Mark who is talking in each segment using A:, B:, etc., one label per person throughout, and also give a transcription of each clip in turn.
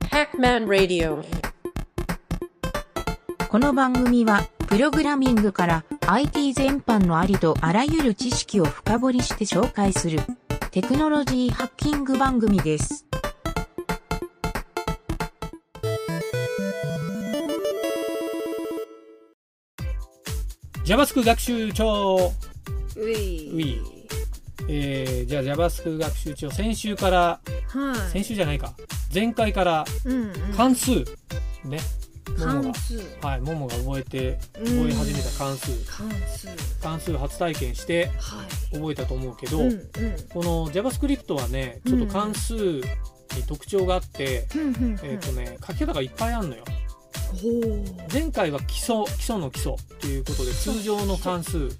A: Pac-Man Radio.
B: この番組は、プログラミングから IT 全般のありとあらゆる知識を深掘りして紹介する、テクノロジーハッキング番組です。
C: ジャバスク学習帳、
D: ウィー
C: ウィえー、じゃあ JavaScript 学習帳先週から
D: はい
C: 先週じゃないか前回から
D: うんうん
C: 関数、ねもも
D: 関
C: が
D: 数
C: はいももが覚えて
D: うん
C: 覚え始めた関数、
D: 関数
C: 関数初体験して
D: はい
C: 覚えたと思うけど、
D: うんうん
C: この JavaScript はねちょっと関数に特徴があって、
D: ふんふんふん
C: えっ、とね書き方がいっぱいあるのよ
D: ほう
C: 前回は基礎基礎の基礎ということで通常の関数、うん、
D: うん
C: フ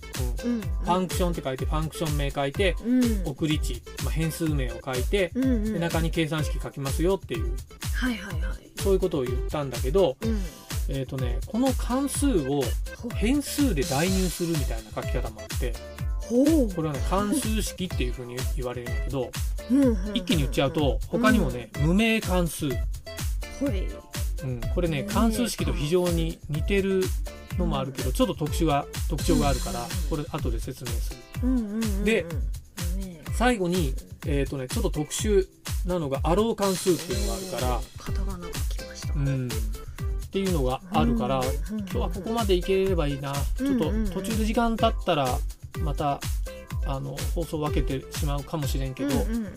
C: ァンクションって書いてファンクション名書いて
D: うんうん
C: 送り値、まあ、変数名を書いて、
D: うんう
C: で
D: んはい
C: 中に計算式書きますよっていう
D: はいはい
C: そういうことを言ったんだけど、
D: うん
C: えーとね、この関数を
D: ほ
C: 変数で代入するみたいな書き方もあって
D: ほう
C: これはね関数式っていうふうに言われるんだけど一気に言っちゃうと
D: うん
C: 他にもね無名関数、
D: ほれ
C: うん、これね
D: 無名
C: 関数式と非常に似てるのもあるけどちょっと特殊が特徴があるからこれ後で説明する
D: うんうんうん
C: で
D: うんね
C: 最後に、えーとね、ちょっと特殊なのがアロー関数っていうのがあるから。
D: カタカナが来ました
C: うん、っていうのがあるから、
D: 今
C: 今日はここまでいければいいな、
D: うん
C: ちょ
D: う
C: っ
D: んうん
C: と途中で時間経ったらまたあの放送分けてしまうかもしれんけど、
D: うんうんうん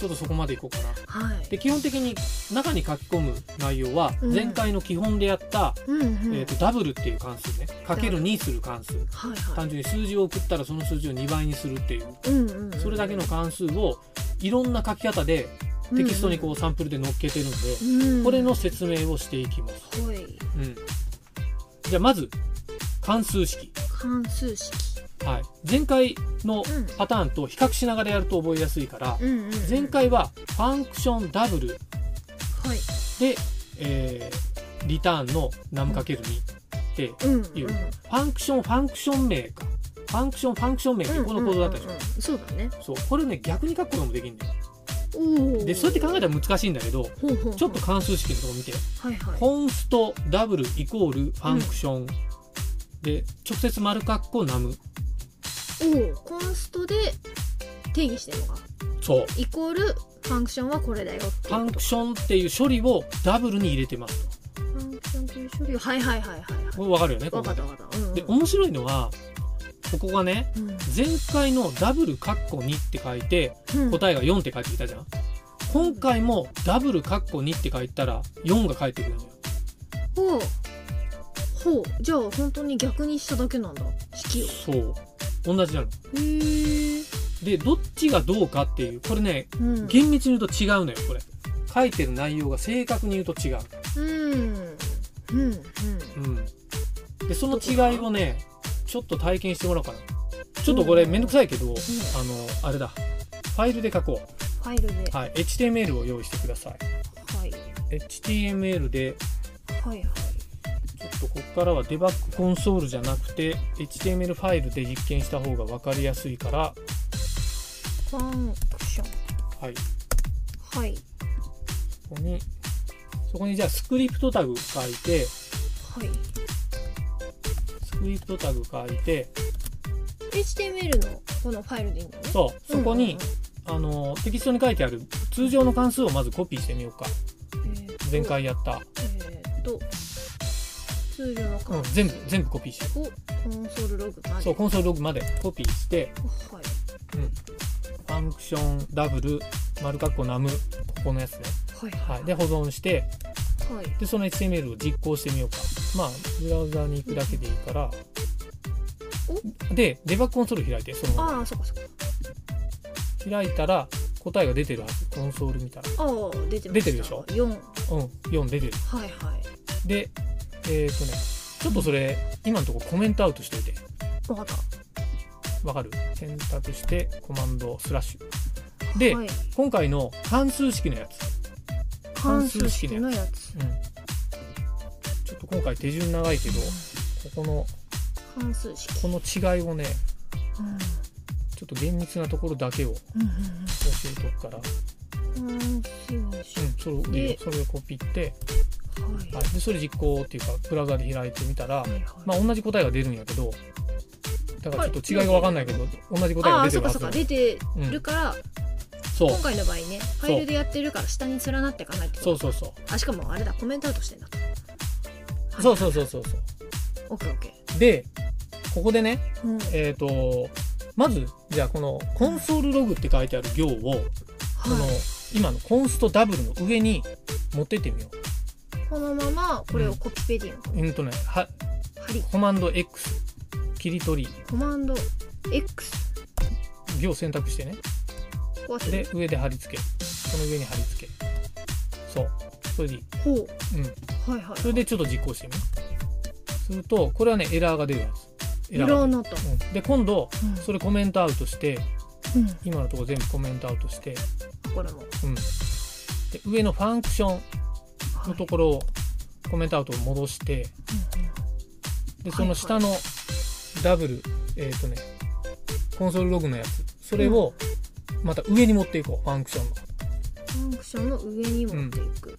C: ちょっとそこまでいこうかな。
D: はい
C: で基本的に中に書き込む内容は
D: うん
C: 前回の基本でやった、
D: うんうん
C: えーとダブルっていう関数ねかける2する関数
D: はいは
C: 単純に数字を送ったらその数字を2倍にするっていう
D: いうんうんうん
C: それだけの関数をいろんな書き方でテキストにこうサンプルで載っけてるんで、
D: うん
C: これの説明をしていきます。
D: ほい
C: うん、じゃあまず関数式、
D: 関数式
C: はい、前回の
D: うん
C: パターンと比較しながらやると覚えやすいから、
D: うんうんうん
C: 前回はファンクションダブル
D: はい
C: で、えーリターンの num×2 ってフ
D: うん
C: いう
D: うん
C: ァンクションファンクション名かファンクションファンクション名ってこの構造だったでしょ、
D: うんうんうんうんそうだね
C: そうこれね逆に書くこともできるんだよ
D: おお
C: でそうやって考えたら難しいんだけど
D: ほうほうほう
C: ちょっと関数式のとこ見て
D: はいはい
C: コンストダブルイコールファンクション、で直接丸括弧 num
D: おおコンストで定義してるのか
C: そう
D: イコールファンクションはこれだよっていうこと
C: ファンクションっていう処理をダブルに入れてますと。
D: ファンクションという処理をはいはいはいはいは
C: これ分かるよね
D: い
C: こ
D: わか
C: こ
D: ったわかったうんうん
C: で面白いのはここがね前回のダブルカッコ2って書いて
D: うん
C: 答えが4って返ってきたじゃん。今回もダブルカッコ2って書いたら4が返ってくるんだよ。
D: ほうほうじゃあ本当に逆にしただけなんだ式を
C: そう。同じなの。
D: へえ
C: でどっちがどうかっていうこれね
D: うん
C: 厳密に言うと違うのよこれ。書いてる内容が正確に言うと違う。
D: うんうんうん
C: うん。でその違いをねちょっと体験してもらおうかな。ちょっとこれめんどくさいけど、あの、あれだ。ファイルで書こ
D: ファイルで
C: う。はい。HTML を用意してください。
D: はい、
C: HTML で、
D: はいは
C: ち
D: い
C: ょっとここからはデバッグコンソールじゃなくて、HTML ファイルで実験した方が分かりやすいから、
D: ファンクショ
C: はい。
D: ンはい
C: ここに、そこにじゃあスクリプトタグ書いて、
D: はい
C: スクリプトタグ書いて、
D: HTML のこのファイルでいいんだね
C: そう、そこに、
D: うんうん
C: あの、テキストに書いてある通常の関数をまずコピーしてみようか。
D: えーっと
C: 前回やった。
D: えーっと通常の
C: う
D: 関
C: ん、
D: 数
C: 全部、全部コピーして。
D: をコンソールログまで
C: そう、コンソールログまでコピーして、
D: はい
C: ファンクションダブル、丸括弧ナム、ここのやつね。
D: はい
C: はい、で保存して
D: はい
C: でその HTML を実行してみようかまあブラウザに行くだけでいいからでデバッグコンソール開いてそのま
D: ああそっかそっか
C: ま開いたら答えが出てるはずコンソール見たら
D: ああ出てました
C: 出てるでしょ
D: 四はい
C: うん4出てる
D: はい
C: でえっ、とねちょっとそれ今のところコメントアウトしておいて
D: 分かっ
C: わかる選択してコマンドスラッシュ
D: た
C: で、
D: はい
C: 今回の関数式のやつ、
D: 関数式のやつ
C: うん、ちょっと今回手順長いけどここの
D: 関数式
C: この違いをね
D: うん
C: ちょっと厳密なところだけを
D: うんうん
C: 教えとくから
D: うん関数式
C: それを上
D: で
C: それをコピって、
D: はい
C: はい、でそれ実行っていうかブラウザで開いてみたら、
D: はいはい
C: まあ、同じ答えが出るんやけどだからちょっと違いが分かんないけど、同じ答え
D: あ
C: が
D: あ
C: 出
D: ー
C: て
D: そう
C: るはず
D: かそうか
C: なの
D: 出て
C: うん
D: るから、
C: そう
D: 今回の場合ねファイルでやってるから下に連なっていかないって
C: そ
D: こと
C: うそうそう
D: あしかもあれだコメントアウトしてんだはい
C: そうそうそうそうそう
D: オッケーオッケ
C: でここでね
D: ー、うん、
C: えっ、とまずじゃあこのコンソールログって書いてある行をこの
D: はい
C: 今のコンストダブルの上に持ってってみよ
D: このままこれをコピペディの
C: う。うんとね、は
D: 貼り
C: コマンド X 切り取り
D: コマンド X
C: 行選択してね。
D: こうやって
C: で上で貼り付け。この上に貼り付け。そう。それでいい。
D: ほう
C: うん。
D: はいはい
C: それでちょっと実行してみよう。するとこれはねエラーが出るはず。
D: い
C: エラ
D: ろ
C: ーが
D: んな
C: 出
D: と、
C: る。うん、で今度
D: うん
C: それコメントアウトして
D: うん、
C: 今のところ全部コメントアウトして、
D: これも、
C: うん、で上のファンクション
D: はい
C: のところをコメントアウトを戻して
D: うんうん
C: で
D: はい
C: その下のダブル、えっ、とねコンソールログのやつそれをまた上に持っていこうファンクションの
D: ファンクションの上に持っていく、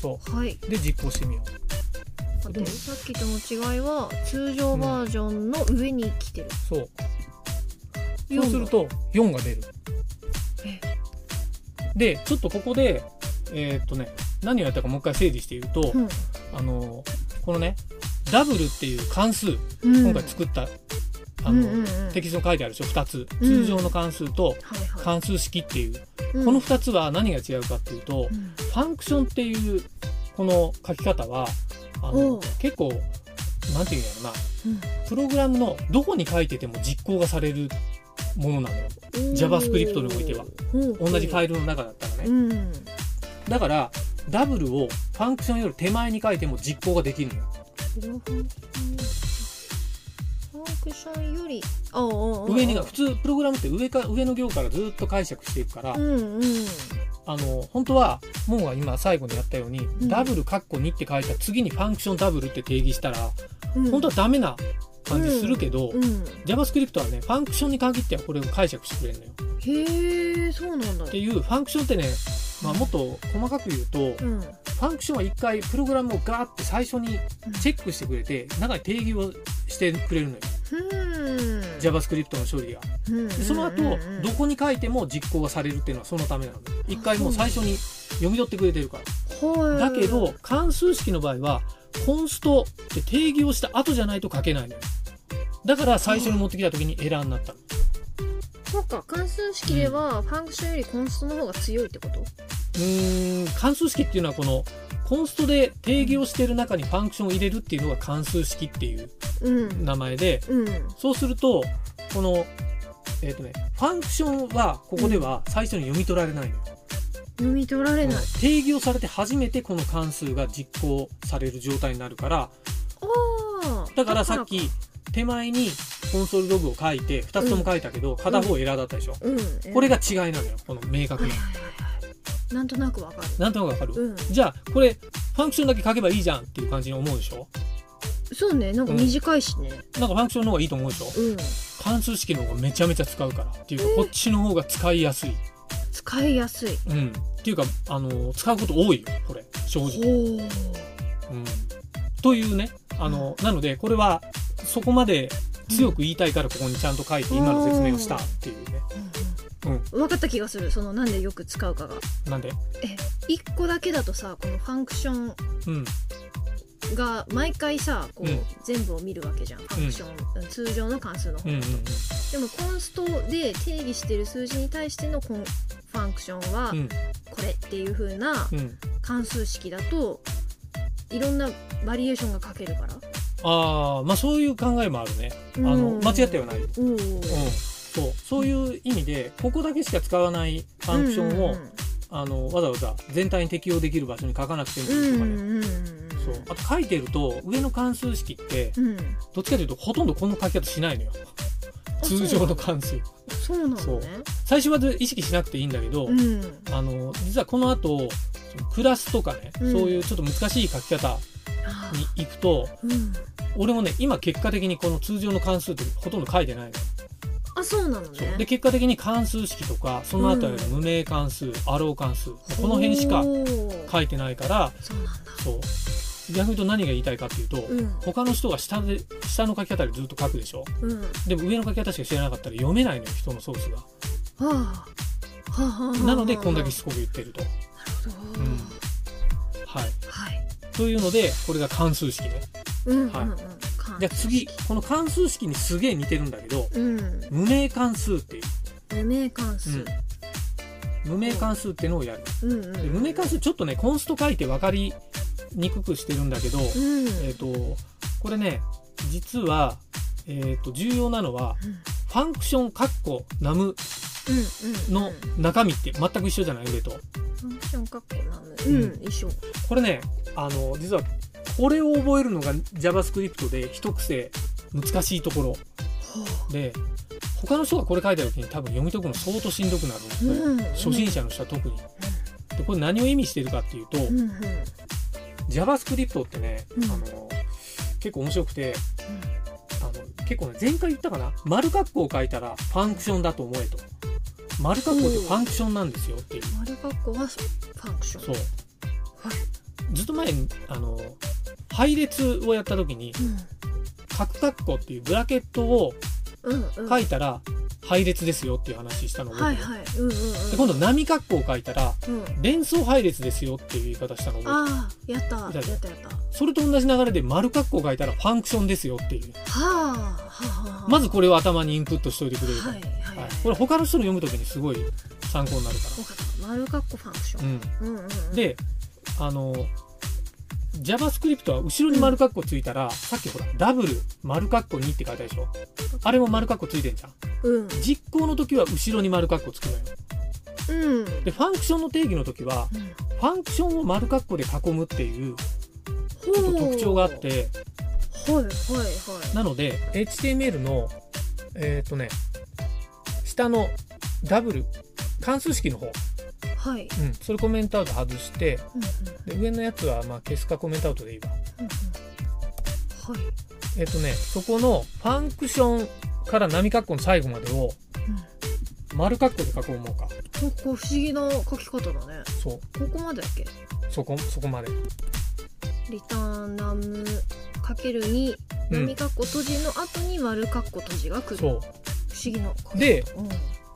C: そ
D: はい、
C: うで実行してみよう
D: あでもさっきとの違いは通常バージョンの上に来てる、
C: そう
D: 4
C: そうすると4が出る
D: え
C: でちょっとここでえっ、とね何をやったかもう一回整理して言うと、
D: うん
C: あのこのねダブルっていう関数
D: うん
C: 今回作った、あの、
D: うんうんうん
C: テキストに書いてあるでしょ2つ
D: うん
C: 通常の関数と
D: はいは
C: 関数式っていう、
D: い、うん
C: この2つは何が違うかっていうと、
D: うん
C: ファンクションっていうこの書き方はあ
D: おう
C: の結構なんていうんやろなプログラムのどこに書いてても実行がされるものなのよ
D: うん
C: JavaScript においては
D: ほうほ
C: 同
D: う
C: じファイルの中だったら
D: う
C: ね
D: ん
C: だからダブルをファンクションより手前に書いても実行ができるのよ
D: ファンクションよりああ
C: 上にが普通プログラムって上か上の行からずっと解釈していくから
D: うんうん
C: あの本当はモンが今最後にやったように、
D: ん
C: ダブルカッコ2って書いた次にファンクションダブルって定義したら、
D: うん
C: 本当はダメな感じするけど、
D: うん、
C: JavaScript はねファンクションに限ってはこれを解釈してくれるのよ。
D: へえそうなんだ
C: っていうファンクションってね、まあ、もっと細かく言うと、
D: うん
C: ファンクションは一回プログラムをガーって最初にチェックしてくれて中に定義をしてくれるのよ
D: うん、
C: JavaScript の処理が。
D: うん
C: でその後
D: うんうんうん
C: どこに書いても実行がされるっていうのはそのためなのよ一回もう最初に読み取ってくれてるから。
D: はい
C: だけど関数式の場合はコンストって定義をした後じゃないと書けないのよだから最初に持ってきた時にエラーになったの
D: そうか関数式ではファンクションよりコンストの方が強いってこと、
C: うーん関数式っていうのはこのコンストで定義をしてる中にファンクションを入れるっていうのが関数式っていう
D: うん
C: 名前で
D: うん
C: そうするとこのえっ、とねファンクションはここでは最初に読み取られないのよ、
D: 読み取られ
C: うん
D: ない、
C: 定義をされて初めてこの関数が実行される状態になるから
D: ああ
C: だからさっき手前にコンソールログを書いて2つとも書いたけど、片方エラーだったでしょ、
D: うん
C: これ
D: が
C: が違いなのよこの明確に
D: なんとなくわかる
C: なんとなくわかる、
D: うん
C: じゃあこれファンクションだけ書けばいいじゃんっていう感じに思うでしょ
D: そうねなんか短いしね
C: なんかファンクションの方がいいと思うでしょ
D: うん
C: 関数式の方がめちゃめちゃ使うからっていうか、こっちの方が使いやすい
D: 使いやすい
C: うんっていうかあのー使うこと多いよこれ正直、
D: ほう
C: うん、というねあの、なのでこれはそこまで強く言いたいからここにちゃんと書いて今の説明をしたっていうね、
D: 分かった気がするそのなんでよく使うかが
C: なんで
D: え一個だけだとさこのファンクション
C: うん
D: が毎回さこう、
C: うん
D: 全部を見るわけじゃんファンクション、うん通常の関数の方、
C: うんうん
D: でもコンストで定義してる数字に対してのコンファンクションは
C: うん
D: これっていう風な
C: うんうん
D: 関数式だといろんなバリエーションが書けるから
C: ああまあそういう考えもあるねあの
D: うん
C: 間違ってはないよ、
D: おお、
C: うん、そうそういう意味でここだけしか使わないファンクションを、あのわざわざ全体に適用できる場所に書かなくても
D: うん
C: いいと
D: う
C: かね、
D: んうんうん
C: そうあと書いてると上の関数式って
D: うんうん
C: どっちかというとほとんどこの書き方しないのよ通常の関数
D: そうなのね
C: 最初は意識しなくていいんだけど、
D: うん
C: あの実はこの後そのクラスとかね、
D: うん
C: そういうちょっと難しい書き方
D: あ
C: に行くと
D: うん
C: 俺もね今結果的にこの通常の関数ってほとんど書いてないの
D: あそうなの
C: そう
D: ね
C: で結果的に関数式とかそのあたりの無名関数、アロー関数この辺しか
D: ほう
C: 書いてないから
D: そうなんだ
C: そう逆に言うと何が言いたいかっていうと、
D: うん
C: 他の人が下で下の書き方でずっと書くでしょ
D: うんは
C: でも上の書き方しか知らなかったら読めないのよ人のソースが
D: あはあはあはあ
C: なのでこんだけしつ
D: な
C: こく言ってると
D: るほど
C: うんはい
D: はい
C: というのでこれが関数式ね
D: うんうん
C: はい
D: うんか
C: じゃあ次この関数式にすげえ似てるんだけど
D: うん
C: 無名関数っていう
D: 無名関数
C: 無名関数ってのをやる
D: うんうん
C: で無名関数ちょっとねコンスト書いて分かりにくくしてるんだけど、
D: うん
C: えっ、とこれね実は、えー、と重要なのはファンクションカッコナム
D: うんう
C: の
D: んうん
C: 中身って全く一緒じゃない上と
D: ファンクションかっこなむ
C: ん
D: うん一緒
C: これねあの実はこれを覚えるのが JavaScript で一癖難しいところで他の人がこれ書いた時に多分読み解くの相当しんどくなる、
D: うん
C: 初心者の人は特に。でこれ何を意味してるかっていうと、
D: うんうん
C: JavaScript ってね、
D: うん
C: あの結構面白くて、あの結構ね前回言ったかな丸括弧を書いたらファンクションだと思えと丸括弧ってファンクションなんですよっていう、
D: 丸かっこはファンクション
C: そう
D: はい
C: ずっと前にあの配列をやった時に角括弧っていうブラケットを
D: うんうんうん
C: 書いたら配列ですよっていう話したのを覚
D: は
C: え
D: い
C: てる、
D: はいうんうんうん
C: で今度波括弧を書いたら
D: うん
C: 連想配列ですよっていう言い方したのを覚えてる
D: ああやったやったやったは
C: それと同じ流れで丸括弧を書いたらファンクションですよっていう
D: あはあはあ
C: まずこれを頭にインプットしておいてくれると、
D: はいはい
C: は
D: はいい
C: これ他の人の読むときにすごい参考になるか
D: わかった丸かっこファンクシ
C: ら、う
D: ョン
C: ん、
D: うんうんうん
C: であの JavaScript は後ろに丸括弧ついたら、さっきほらダブル丸括弧2って書いたでしょあれも丸括弧ついてんじゃん
D: うん
C: 実行の時は後ろに丸括弧つくのよ
D: うん
C: でファンクションの定義の時は
D: うん
C: ファンクションを丸括弧で囲むっていう
D: ほう
C: ちょっと特徴があって
D: はいはいはい
C: なので HTML のえっ、とね下のダブル関数式の方、
D: は
C: う
D: い
C: ん、それコメントアウト外して
D: うんうん
C: で上のやつはまあ消すかコメントアウトでいいわ
D: うんうんはい
C: えっ、とねそこのファンクションから波括弧の最後までを
D: うん
C: 丸括弧で囲もうか
D: なんか不思議な書き方だね
C: そう
D: ここまでだっけ
C: そこそこまで
D: リターンラムかける2
C: うん
D: 波括弧閉じの後に丸括弧閉じが来る不
C: そ
D: 思
C: う
D: 議な書き方
C: で
D: うん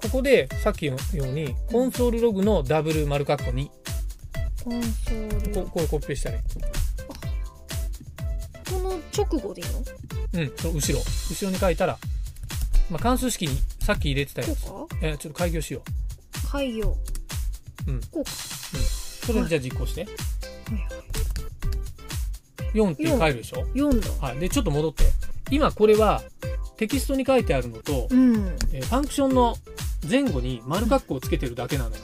C: ここでさっきのようにコンソールログのダブル丸括弧に
D: コンソール
C: ここれコピペしたね
D: この直後でいいの
C: うんその後ろ後ろに書いたら、まあ、関数式にさっき入れてたやつ
D: こ
C: えーちょっと開業しよ
D: うか開業
C: うん
D: こうか
C: うそれでじゃあ実行して、
D: はい
C: 4って書えるでしょ
D: 読んだ
C: はいでちょっと戻って今これはテキストに書いてあるのと、
D: うん
C: えーファンクションの前後に丸括弧をつけてるだけなのよ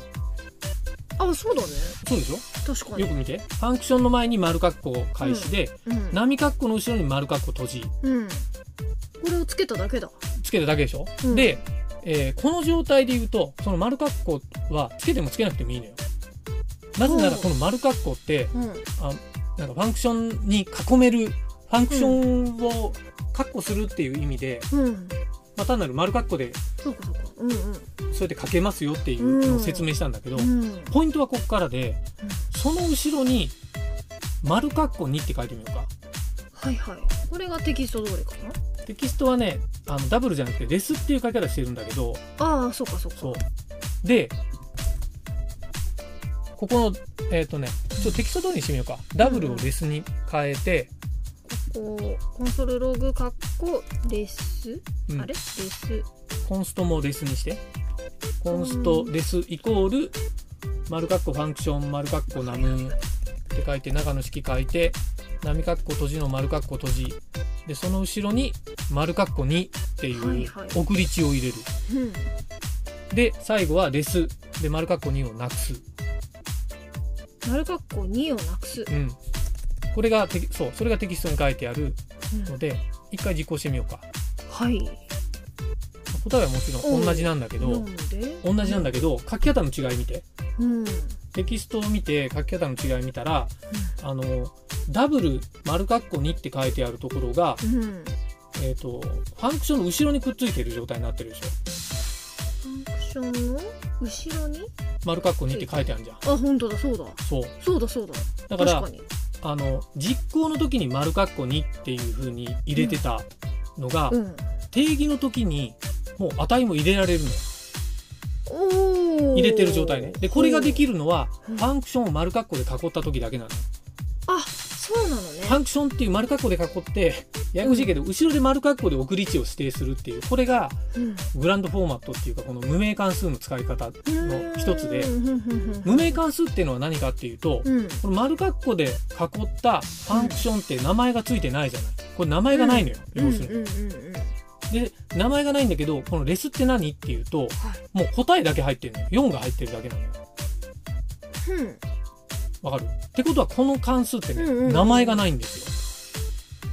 D: あそうだね
C: そうでしょ
D: 確かに
C: よく見てファンクションの前に丸括弧開始で、
D: うん
C: 波括弧の後ろに丸括弧閉じ
D: うんこれをつけただけだ
C: つけただけでしょ、
D: うん
C: で、えーこの状態で言うとその丸括弧はつけてもつけなくてもいいのよなぜなら
D: おう
C: この丸括弧って
D: うん
C: なんかファンクションに囲めるファンクションを括弧するっていう意味で、
D: うん
C: まあ、単なる丸括弧で
D: そうかそうかうんうん
C: そうやって書けますよっていうのを説明したんだけど、
D: うん
C: ポイントはここからで
D: うん
C: その後ろに丸括弧2って書いてみようか
D: はいはいこれがテキスト通りかな
C: テキストはねあのダブルじゃなくてレスっていう書き方してるんだけど
D: ああそうかそうか
C: そうでここのえっ、とねちょっとテキスト通りにしてみようかダブルをレスに変えて、
D: こうコンソールログかっこレス、
C: うん
D: あれレス
C: コンストもレスにしてコンストレスイコール丸括弧ファンクション丸括弧ナムって書いて中の式書いて波括弧閉じの丸括弧閉じでその後ろに丸括弧2って
D: はい
C: いう
D: はい
C: 送り値を入れる
D: うん
C: で最後はレスで丸括弧2をなくす、
D: 丸括弧2をなくす、
C: うん、これがテキそうそれがテキストに書いてある
D: うん
C: ので一回実行してみようか
D: はい
C: 答えはもちろん同じなんだけ
D: な
C: ど
D: んで
C: 同じなんだけど書き方の違い見て
D: うん
C: テキストを見て書き方の違い見たらあのダブル丸括弧2って書いてあるところが
D: うん
C: えっ、と、ファンクションの後ろにくっついてる状態になってるでしょ。
D: ファンクションの後ろに
C: 丸括弧2って書いてあるじゃん。
D: あ本当だそうだ
C: そう。
D: そうだそうだ
C: だから
D: 確かに
C: あの実行の時に丸括弧2っていう風に入れてたのが、
D: うん
C: 定義の時にもう値も入れられるのよ
D: おお
C: 入れてる状態ねでこれができるのは
D: う
C: フ
D: ん
C: ァンクションを丸括弧で囲った時だけなの
D: あそうなのね
C: ファンクションっていう丸括弧で囲ってややこしいけど後ろで丸括弧で送り値を指定するっていうこれが
D: うん
C: グランドフォーマットっていうかこの無名関数の使い方の一つで
D: うんうんうんうん
C: 無名関数っていうのは何かっていうと
D: うん
C: この丸括弧で囲ったファンクションって名前がついてないじゃないこれ名前がないのよ要するに
D: うんうんうんうん
C: で名前がないんだけどこのレスって何っていうと、もう答えだけ入ってるのよ4が入ってるだけなのよ
D: うん
C: わかるってことはこの関数ってね、
D: うんうんうん
C: 名前がないんですよ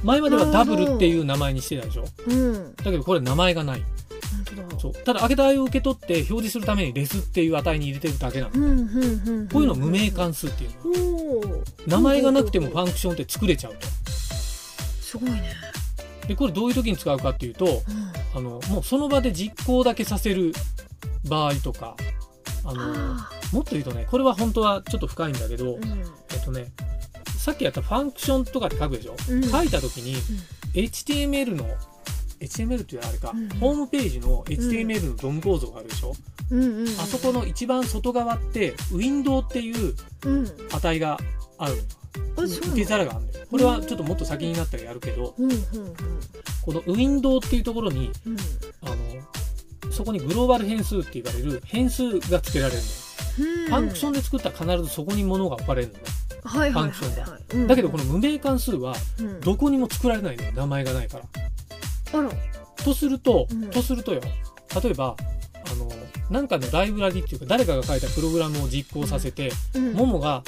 C: 前まではダブルっていう名前にしてたでしょ
D: うん
C: だけどこれ名前がない
D: 本当だ
C: そうただ開けた値を受け取って表示するためにレスっていう値に入れてるだけなの、
D: うんうんうんうん
C: こういうのを無名関数っていうの
D: おー
C: 名前がなくてもファンクションって作れちゃうと
D: すごいね
C: でこれどういう時に使うかっていうと
D: うん
C: あのもうその場で実行だけさせる場合とかあの
D: あ
C: もっと言うとねこれは本当はちょっと深いんだけど、
D: ーうん
C: えっとねさっきやったファンクションとかって書くでしょ、
D: うん
C: 書いた時に HTML の HTML っていうのはあれか、
D: うん
C: ホームページの HTML のドム構造があるでしょ、
D: うんうん
C: あそこの一番外側ってウィンドウっていう
D: うん
C: 値があるのよ
D: あそうな
C: 受
D: の
C: け皿があるのよこれはちょっともっと先になったらやるけど
D: うんうん
C: このウィンドウっていうところに
D: うん
C: あのそこにグローバル変数って言われる変数が付けられるのよ、
D: うん
C: ファンクション
D: ン
C: で作ったら必ずそこに物が置かれるのね
D: はいは
C: ファ
D: いはいはい
C: ンクションが
D: うん
C: だけどこの無名関数は
D: うん
C: どこにも作られないのよ名前がないから。
D: あら
C: とすると、
D: うん
C: とするとよ例えばあのなんかのライブラリっていうか誰かが書いたプログラムを実行させて、
D: うん
C: ももが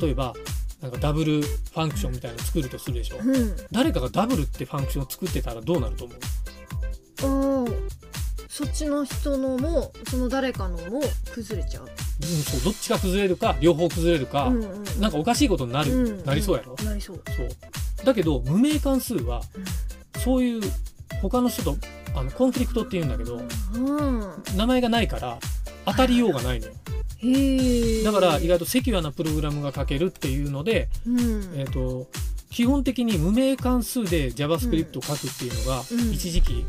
C: 例えばなんかダブルファンクションみたいなの作るとするでしょ、
D: うん
C: 誰かがダブルってファンクションを作ってたらどうなると思う
D: あーそっちの人のもその誰かのも崩れちゃう
C: うんそうどっちが崩れるか両方崩れるか、
D: うんうん
C: なんかおかしいことになる、
D: うん
C: なりそうやろ、
D: なりそう
C: そうだけど無名関数はそういう他の人とあのコンフリクトっていうんだけど
D: うん
C: 名前がないから当たりようがないのよ
D: へえ
C: だから意外とセキュアなプログラムが書けるっていうので、
D: うん
C: えー、と基本的に無名関数で JavaScript を書くっていうのが
D: うん
C: 一時期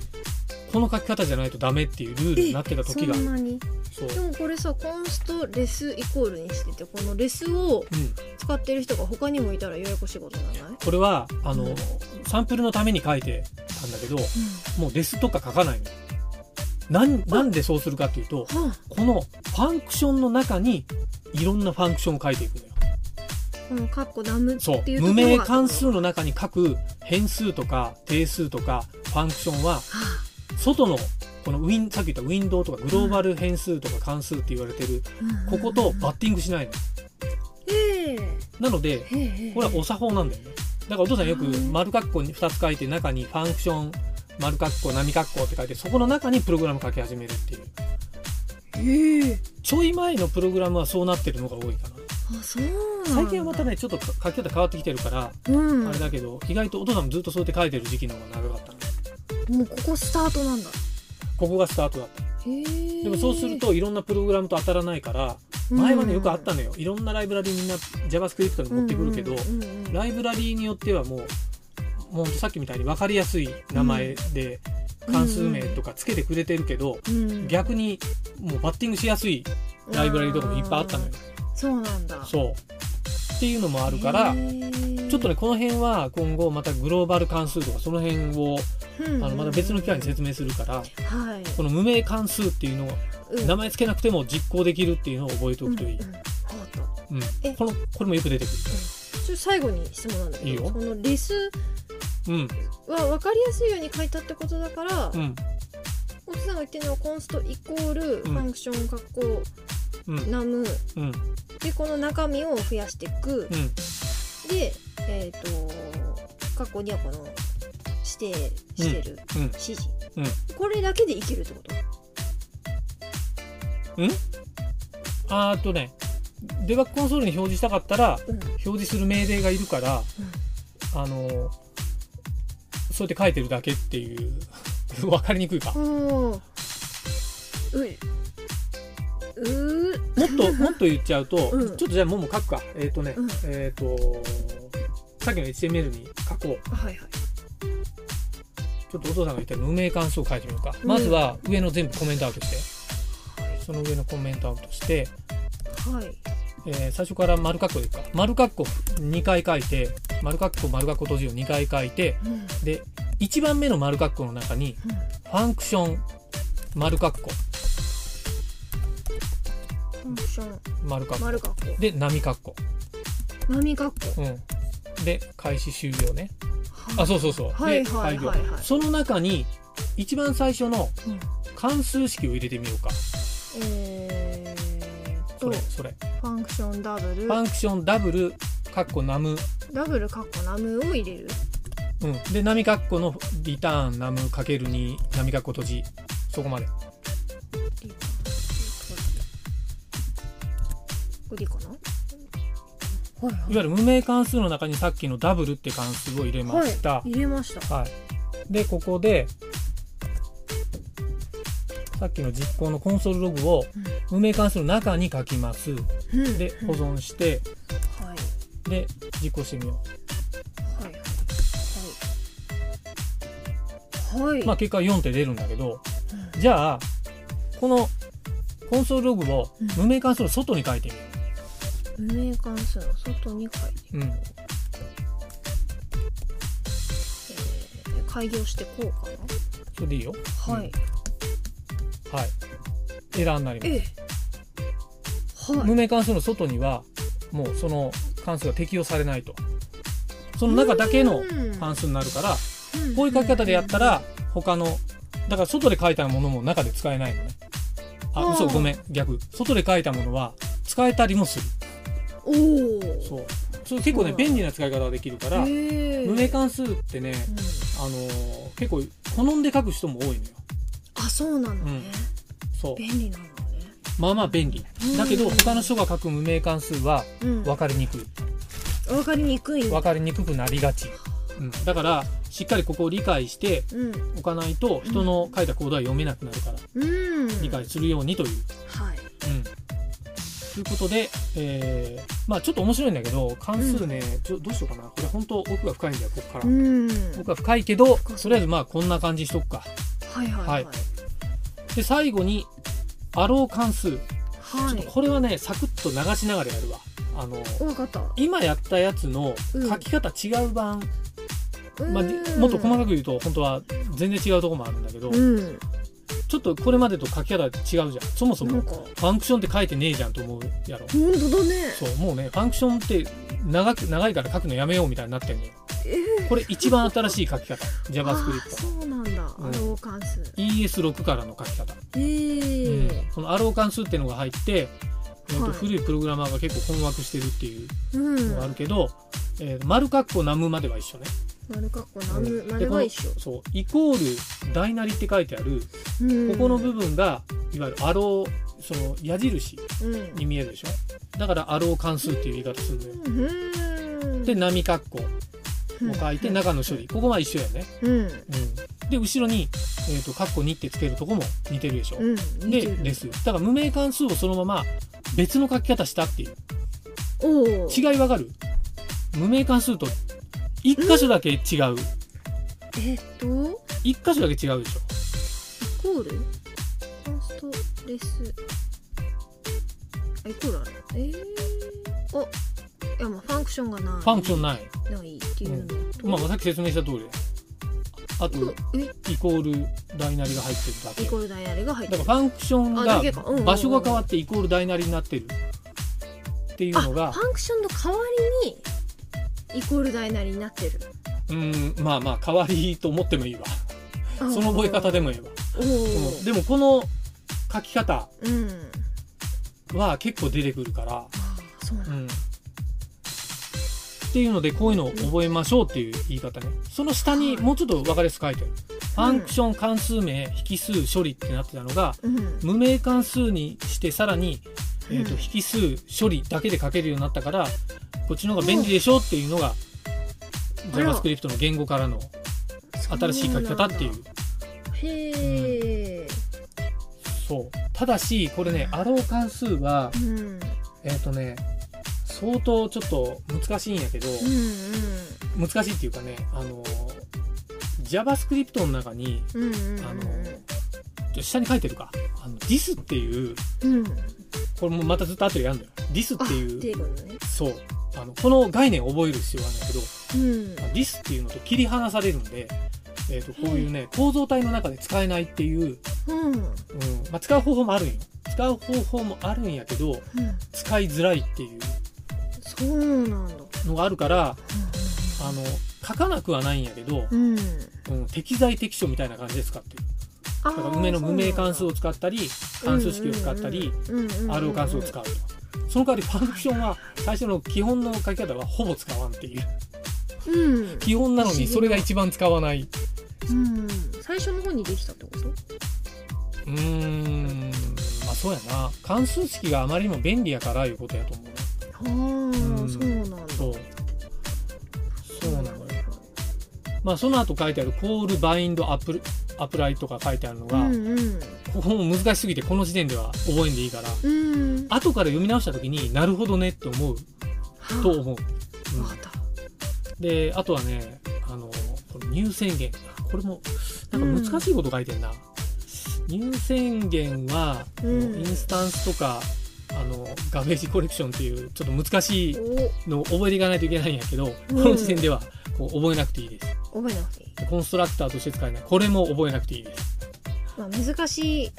C: この書き方じゃないとダメっていうルールになってた時が
D: そんなに
C: そう、
D: でもこれさコンストレスイコールにしててこのレスを
C: うん、
D: 使ってる人が他にもいたらややこしいことにならない
C: これはあの、
D: うん
C: サンプルのために書いてたんだけどもうレスとか書かないのなんなんでそうするかっていうと
D: はあ
C: このファンクションの中にいろんなファンクションを書いていくのよ
D: このカッコダムって
C: そ
D: いううとこ
C: 無
D: ろ
C: 名関
D: は
C: 数の中に書く変数とか定数とかファンクションは
D: あ
C: 外のこのウィンさっき言ったウィンドウとかグローバル変数とか関数って言われてる
D: う
C: こ
D: ん
C: ことバッティングしないの
D: へえ
C: なので
D: へえへえ
C: これはお作法なんだよねだからお父さんよく丸括弧に2つ書いて中にファンクション丸括弧波括弧って書いてそこの中にプログラム書き始めるっていう
D: へえ
C: ちょい前のプログラムはそうなってるのが多いかな
D: あそうなんだ
C: 最近はまたねちょっと書き方変わってきてるから
D: うん
C: あれだけど意外とお父さんもずっとそうやって書いてる時期の方が長かったね
D: もうここスタートなんだ
C: ここがスタートだった
D: へえ
C: でもそうするといろんなプログラムと当たらないから前はねよくあったのよいろんなライブラリみんな JavaScript に持ってくるけど、
D: うんうんうん
C: ライブラリによってはもうもうさっきみたいに分かりやすい名前で関数名とかつけてくれてるけど、
D: うん
C: 逆にもうバッティングしやすいライブラリとかもいっぱいあったのよ。
D: そうなんだ
C: そうっていうのもあ
D: あ
C: るからちょっとねこの辺は今後またグローバル関数とかその辺をあのまた別の機会に説明するから
D: 明はい
C: この無名関数っていうのを
D: うん
C: 名前つけなくても実行できるっていうのを覚えておくといい
D: うんう。んわかった
C: うん
D: え
C: このこれもよく出てく
D: ちょ最後に質問なんだけど
C: いいよ
D: このレス
C: る。うん
D: は分かりやすいように書いたってことだから、
C: うん
D: お父さんが言ってるのはコンストイコールファンクション括弧
C: うん
D: ナム
C: うん
D: でこの中身を増やしていく
C: うん
D: でえっ、と括弧にはこの指定してる
C: うん
D: 指示、
C: うん
D: これだけでいけるってこと
C: あーっとねデバッグコンソールに表示したかったら
D: うん
C: 表示する命令がいるから、あのそうやって書いてるだけっていう 分かりにくいか
D: おーういう
C: もっと もっと言っちゃうと、
D: うん
C: ちょっとじゃあもも書くかえっ、とね、
D: うん
C: えっ、とさっきの HTML に書こう
D: あはいはい
C: ちょっとお父さんが言った無名関数を書いてみようか、まずは上の全部コメントアウトしてその上のコメントアウトして、
D: はい
C: えー最初から丸括弧でいくか丸括弧2回書いて丸括弧丸括弧閉じを2回書いて
D: うんうん
C: で1番目の丸括弧の中にファンクション丸括弧
D: ファンクション
C: 丸括弧
D: 丸学校
C: で波括弧
D: 波学校
C: うんで開始終了ね
D: は
C: あ
D: い
C: そうそうそう
D: はいはいはい
C: で
D: はい
C: その中に一番最初の
D: うん
C: 関数式を入れてみようか
D: えーっ
C: そ
D: と
C: れ
D: フ
C: それ
D: ァンクションダブル
C: ファンクションダブル括弧ナム
D: ダブルカッコナムを入れる
C: うんで波括弧のリターンナムかける2波括弧閉じそこまで
D: リコこれでいいかなは
C: わ
D: い
C: ゆる無名関数の中にさっきのダブルって関数を入れました、
D: 入れました
C: はい、でここでさっきの実行のコンソールログを無名関数の中に書きます
D: うん
C: で
D: うん
C: 保存して
D: はい
C: で実行してみよ
D: はいはいはいう
C: まあ結果4って出るんだけどじゃあこのコンソールログを
D: うん
C: 無名関数の外に書いてみよ
D: 無名関数の外に書いて、
C: う、うん、
D: えー、開業してこうか
C: それでいいよ
D: なはい、
C: はいエラーになります
D: ええはい
C: 無名関数の外にはもうその関数が適用されないとその中だけの関数になるからこういう書き方でやったら他のだから外で書いたものも中で使えないのね
D: あ
C: あ
D: ー
C: 嘘ごめん逆外で書いたものは使えたりもする
D: おおー
C: そうそれ結構ね
D: そう
C: 便利な使い方ができるから
D: へえ
C: 無名関数ってね
D: うん
C: あのー結構好んで書く人も多いのよ
D: あそうなのね、
C: そう
D: 便利なのね
C: まあまあ便利
D: うん
C: だけど他の人が書く無名関数は
D: うん
C: 分かりにくい
D: わかりにくいんだ
C: 分かりにくくなりがち、うん、だからしっかりここを理解して
D: うん
C: おかないと人の書いたコードは読めなくなるから
D: うん
C: 理解するようにという
D: はい
C: うんということで、えーまあちょっと面白いんだけど関数ね、ちょどうしようかなこれ本当奥が深いんだよここから、
D: うん
C: 奥が深いけど
D: 深そう
C: とりあえずまあこんな感じにしとくか
D: はいはいはい
C: はいで最後にアロー関数、
D: は
C: ちょっとこれはねサクッと流しながらやるわあの
D: いわかった
C: 今やったやつの
D: うん
C: 書き方違う版、
D: うん
C: まあ、じもっと細かく言うと本当は全然違うところもあるんだけど、
D: うん
C: ちょっとこれまでと書き方違うじゃんそもそ
D: な
C: も
D: ん
C: フ
D: か
C: ァンクションって書いてねえじゃんと思うやろ
D: 本当だね
C: そうもうねファンクションって長く長いから書くのやめようみたいになってんのよ
D: えー
C: これ一番新しい書き方
D: あ
C: JavaScript
D: そうなんだアロー関数
C: ES6 からの書き方、
D: えー
C: このアロー関数っていうのが入って、えーと
D: はい
C: 古いプログラマーが結構困惑してるっていう
D: うん
C: のがあるけど、えー丸括弧ナムまでは一緒ね
D: 丸かっこなむ
C: うんで
D: 丸
C: こ
D: は
C: の
D: 一緒
C: そうイコール大なりって書いてある、
D: うん
C: ここの部分がいわゆるアローその矢印
D: うん
C: に見えるでしょだからアロー関数っていう言い方するのよ
D: うん
C: で波括弧を書いて中の処理ここは一緒やね
D: うん
C: うん、で後ろに、えーと「カッコ2」ってつけるとこも似てるでしょ、
D: うん似
C: で
D: てる
C: ですだから無名関数をそのまま別の書き方したっていう
D: おおう
C: 違いわかる無名関数と一箇所だけ違う
D: えっと
C: 一箇所だけ違うでしょ
D: イコールコンストレスあイコールあるえー、あいやまあファンクションがない
C: ファンクションない、
D: ないっていうのと、
C: まあ、さっき説明した通りだよあと
D: え
C: イコール大なりが入ってるだけ
D: イコールダイヤルが入って
C: だから
D: る
C: ファンクション
D: あだけかうんうんう
C: が
D: ん
C: 場所が変わってイコール大なりになってるっていう
D: あ
C: のが
D: ファンクションの代わりにイコールダイヤルになってる
C: うんまあまあ変わりと思ってもいいわ
D: あ
C: その覚え方でもいいわ
D: お
C: うん
D: ー
C: でもこの書き方
D: うん、
C: は結構出てくるから、
D: あーそうなん
C: う
D: だ
C: ん、っていうのでこういうのを覚えましょうっていう言い方ねその下にもうちょっと分かりやすく書いてあるファンクション関数名引数処理ってなってたのが
D: うん
C: 無名関数にしてさらに、えー、と
D: うん
C: 引数処理だけで書けるようになったからこっちの方が便利でしょっていうのが
D: あら
C: JavaScript の言語からの新しい書き方っていう
D: へえ。
C: そうただしこれねアロー関数は
D: うん。うん
C: えっ、とね相当ちょっと難しいんやけど、難しいっていうかねあの JavaScript の中に
D: うん。うんうんうん。
C: あのちょ下に書いてるかあの DIS っていう
D: うん。
C: これもまたずっと後でやるんだよ DIS
D: あ、
C: っ
D: ってて
C: いう
D: いうことね。
C: そうあのこの概念を覚える必要があるんだけど
D: うん。
C: まあ DIS っていうのと切り離されるんで、えー、とこういうね構造体の中で使えないっていう、
D: うん。うん。
C: うんまあ、使う方法もあるんよ使う方法もあるんやけど使いづらいっていう
D: そうなんだ。
C: のがあるからあの書かなくはないんやけど、
D: うん。
C: うん、適材適所みたいな感じで使ってる
D: あ
C: だから
D: ー
C: 梅の無名関数
D: そう
C: を使ったり関数式を使ったり、
D: なんだうんうんうん
C: RO 関数を使うとその代わりファンクションは最初の基本の書き方はほぼ使わんっていう
D: う ん。
C: 基本なのにそれが一番使わない
D: うん。最初の方にできたってこと
C: うーんまあそうやな関数式があまりにも便利やからいうことやと思うね
D: ああ、
C: ん
D: そうなんだ。
C: そうそうなのよまあその後書いてあるコールバインドアプルアプライとか書いてあるの
D: う
C: が、
D: んうん。
C: ここも難しすぎてこの時点では覚えんでいいから
D: うん。
C: 後から読み直した時になるほどねって思うと
D: は
C: 思う、
D: あ、
C: うん
D: わかった。
C: であとはねあのこの入選言これもなんか難しいこと書いてんな、入選言は、
D: うん
C: インスタンスとかあのガベージコレクションっていうちょっと難しいのを覚えていかないといけないんやけど、
D: うん
C: この時点ではこう覚えなくていいです
D: お、覚えなくていい。
C: コンストラクターとして使えないこれも覚えなくていいです
D: まあ、難しい。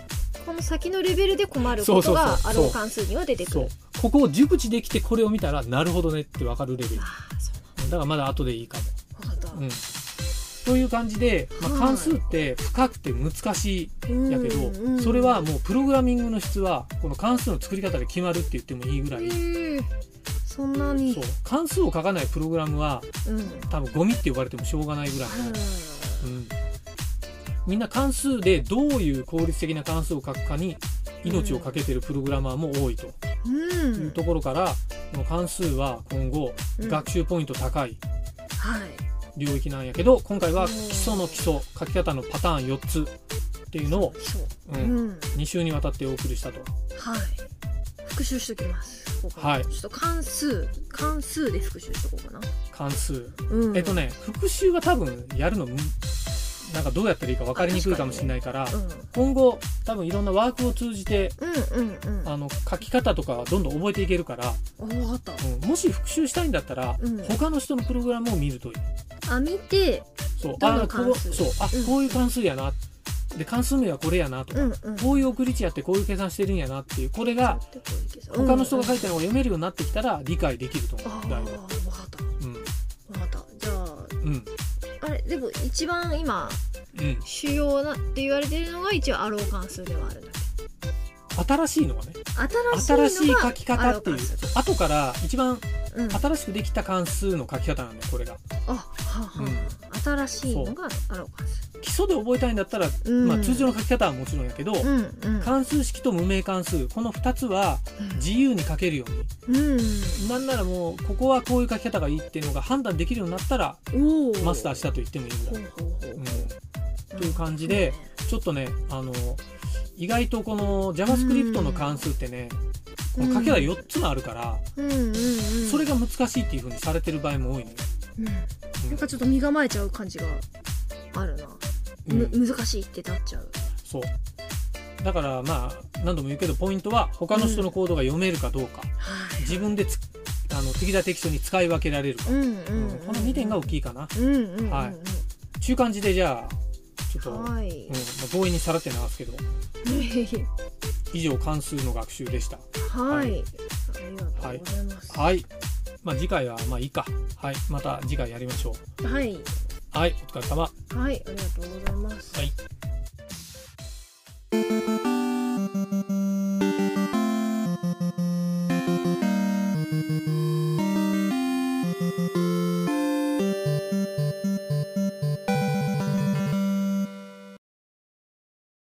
D: この先のレベルで困ることが
C: そうそうそ
D: あ
C: うそう
D: る関数には出てく
C: そ
D: る
C: う。ここを熟知できてこれを見たらなるほどねって分かるレベルだ
D: ああ、そ
C: からまだ後でいいかも
D: う。わかった。
C: うん、という感じで、まあ
D: はい
C: 関数って深くて難しいやけど、
D: うんうん
C: それはもうプログラミングの質はこの関数の作り方で決まるって言ってもいいぐらい、
D: へえそんなに
C: そう関数を書かないプログラムは
D: うん
C: 多分ゴミって呼ばれてもしょうがないぐらい
D: あ、ら
C: う
D: らら
C: ん、みんな関数でどういう効率的な関数を書くかに命を懸けてるプログラマーも多いと
D: うん
C: いうところから、この関数は今後
D: うん
C: 学習ポイント高い
D: はい
C: 領域なんやけど今回
D: う
C: は
D: ん
C: 基礎の基礎書き方のパターン4つっていうのを、
D: そ
C: う、
D: ううんん
C: 2週にわたってお送りしたと
D: はい復習しときますここ
C: はい
D: ちょっと関数関数で復習しとこうかな
C: 関数、
D: うん
C: えっとね復習は多分やるのむなんかどうやったらいいか分かりにくいかもしれないから
D: うん
C: 今後多分いろんなワークを通じて
D: うんうん
C: あの書き方とかはどんどん覚えていけるから、
D: うんあわかっ
C: うんもし復習したいんだったら、
D: うん
C: 他の人のプログラムを見るといい
D: たあ見て
C: そう
D: ど
C: あ
D: の
C: こ
D: 関
C: う
D: 数
C: そうあ、
D: うん
C: こういう関数やなで関数名はこれやなとか、
D: うんうん
C: こういう送り値やってこういう計算してるんやなっていうこれが他の人が書いてるのを読めるようになってきたら理解できると
D: あ
C: 思
D: あ
C: う、
D: ー
C: だいぶ
D: わかったわかったじゃあ
C: うんうん
D: あれでも一番今
C: うん
D: 主要なって言われてるのが一応アロー関数ではあるんだ
C: 新しいのはね
D: 新
C: 新
D: し
C: し
D: い
C: い
D: のが
C: 書き方っていう
D: アロー関数
C: 後から一番
D: うん
C: 新しくできた関数の書き方なんだよこれが
D: あはあはあ、新しいのがアロー関数
C: 基礎で覚えたいんだったら、
D: うん
C: まあ、通常の書き方はもちろんやけど、
D: うんうん
C: 関数式と無名関数この2つは自由に書けるよう
D: うん
C: になんならもうここはこういう書き方がいいっていうのが判断できるようになったら
D: おお
C: マスターしたと言ってもいいぐ
D: ほ
C: ら
D: う
C: い、
D: ほうほう
C: うん、という感じでちょっとねあの意外とこの JavaScript の関数ってね、
D: うん
C: この書き方4つもあるから、
D: うんうんうん
C: それが難しいっていう風にされてる場合も多いね、
D: うんな
C: うん
D: んかちょっと身構えちゃう感じがあるな、
C: うん
D: む難しいってなっちゃう
C: そうだからまあ何度も言うけどポイントは他の人のコードが読めるかどうか、
D: はい
C: 自分でつあの適材適所に使い分けられるか、
D: うんうんうん、
C: うんこの2点が大きいかな
D: うんうんうんうん
C: はいちゅう感じでじゃあちょっと、うんまあ、
D: はい
C: 強引にさらって流すけど以上関数の学習でした
D: はい、ありがとうございます
C: はいまあ次回はまあいいかはいまた次回やりましょう
D: はい
C: はいお疲れ様
D: はい、ありがとうございます。
C: はい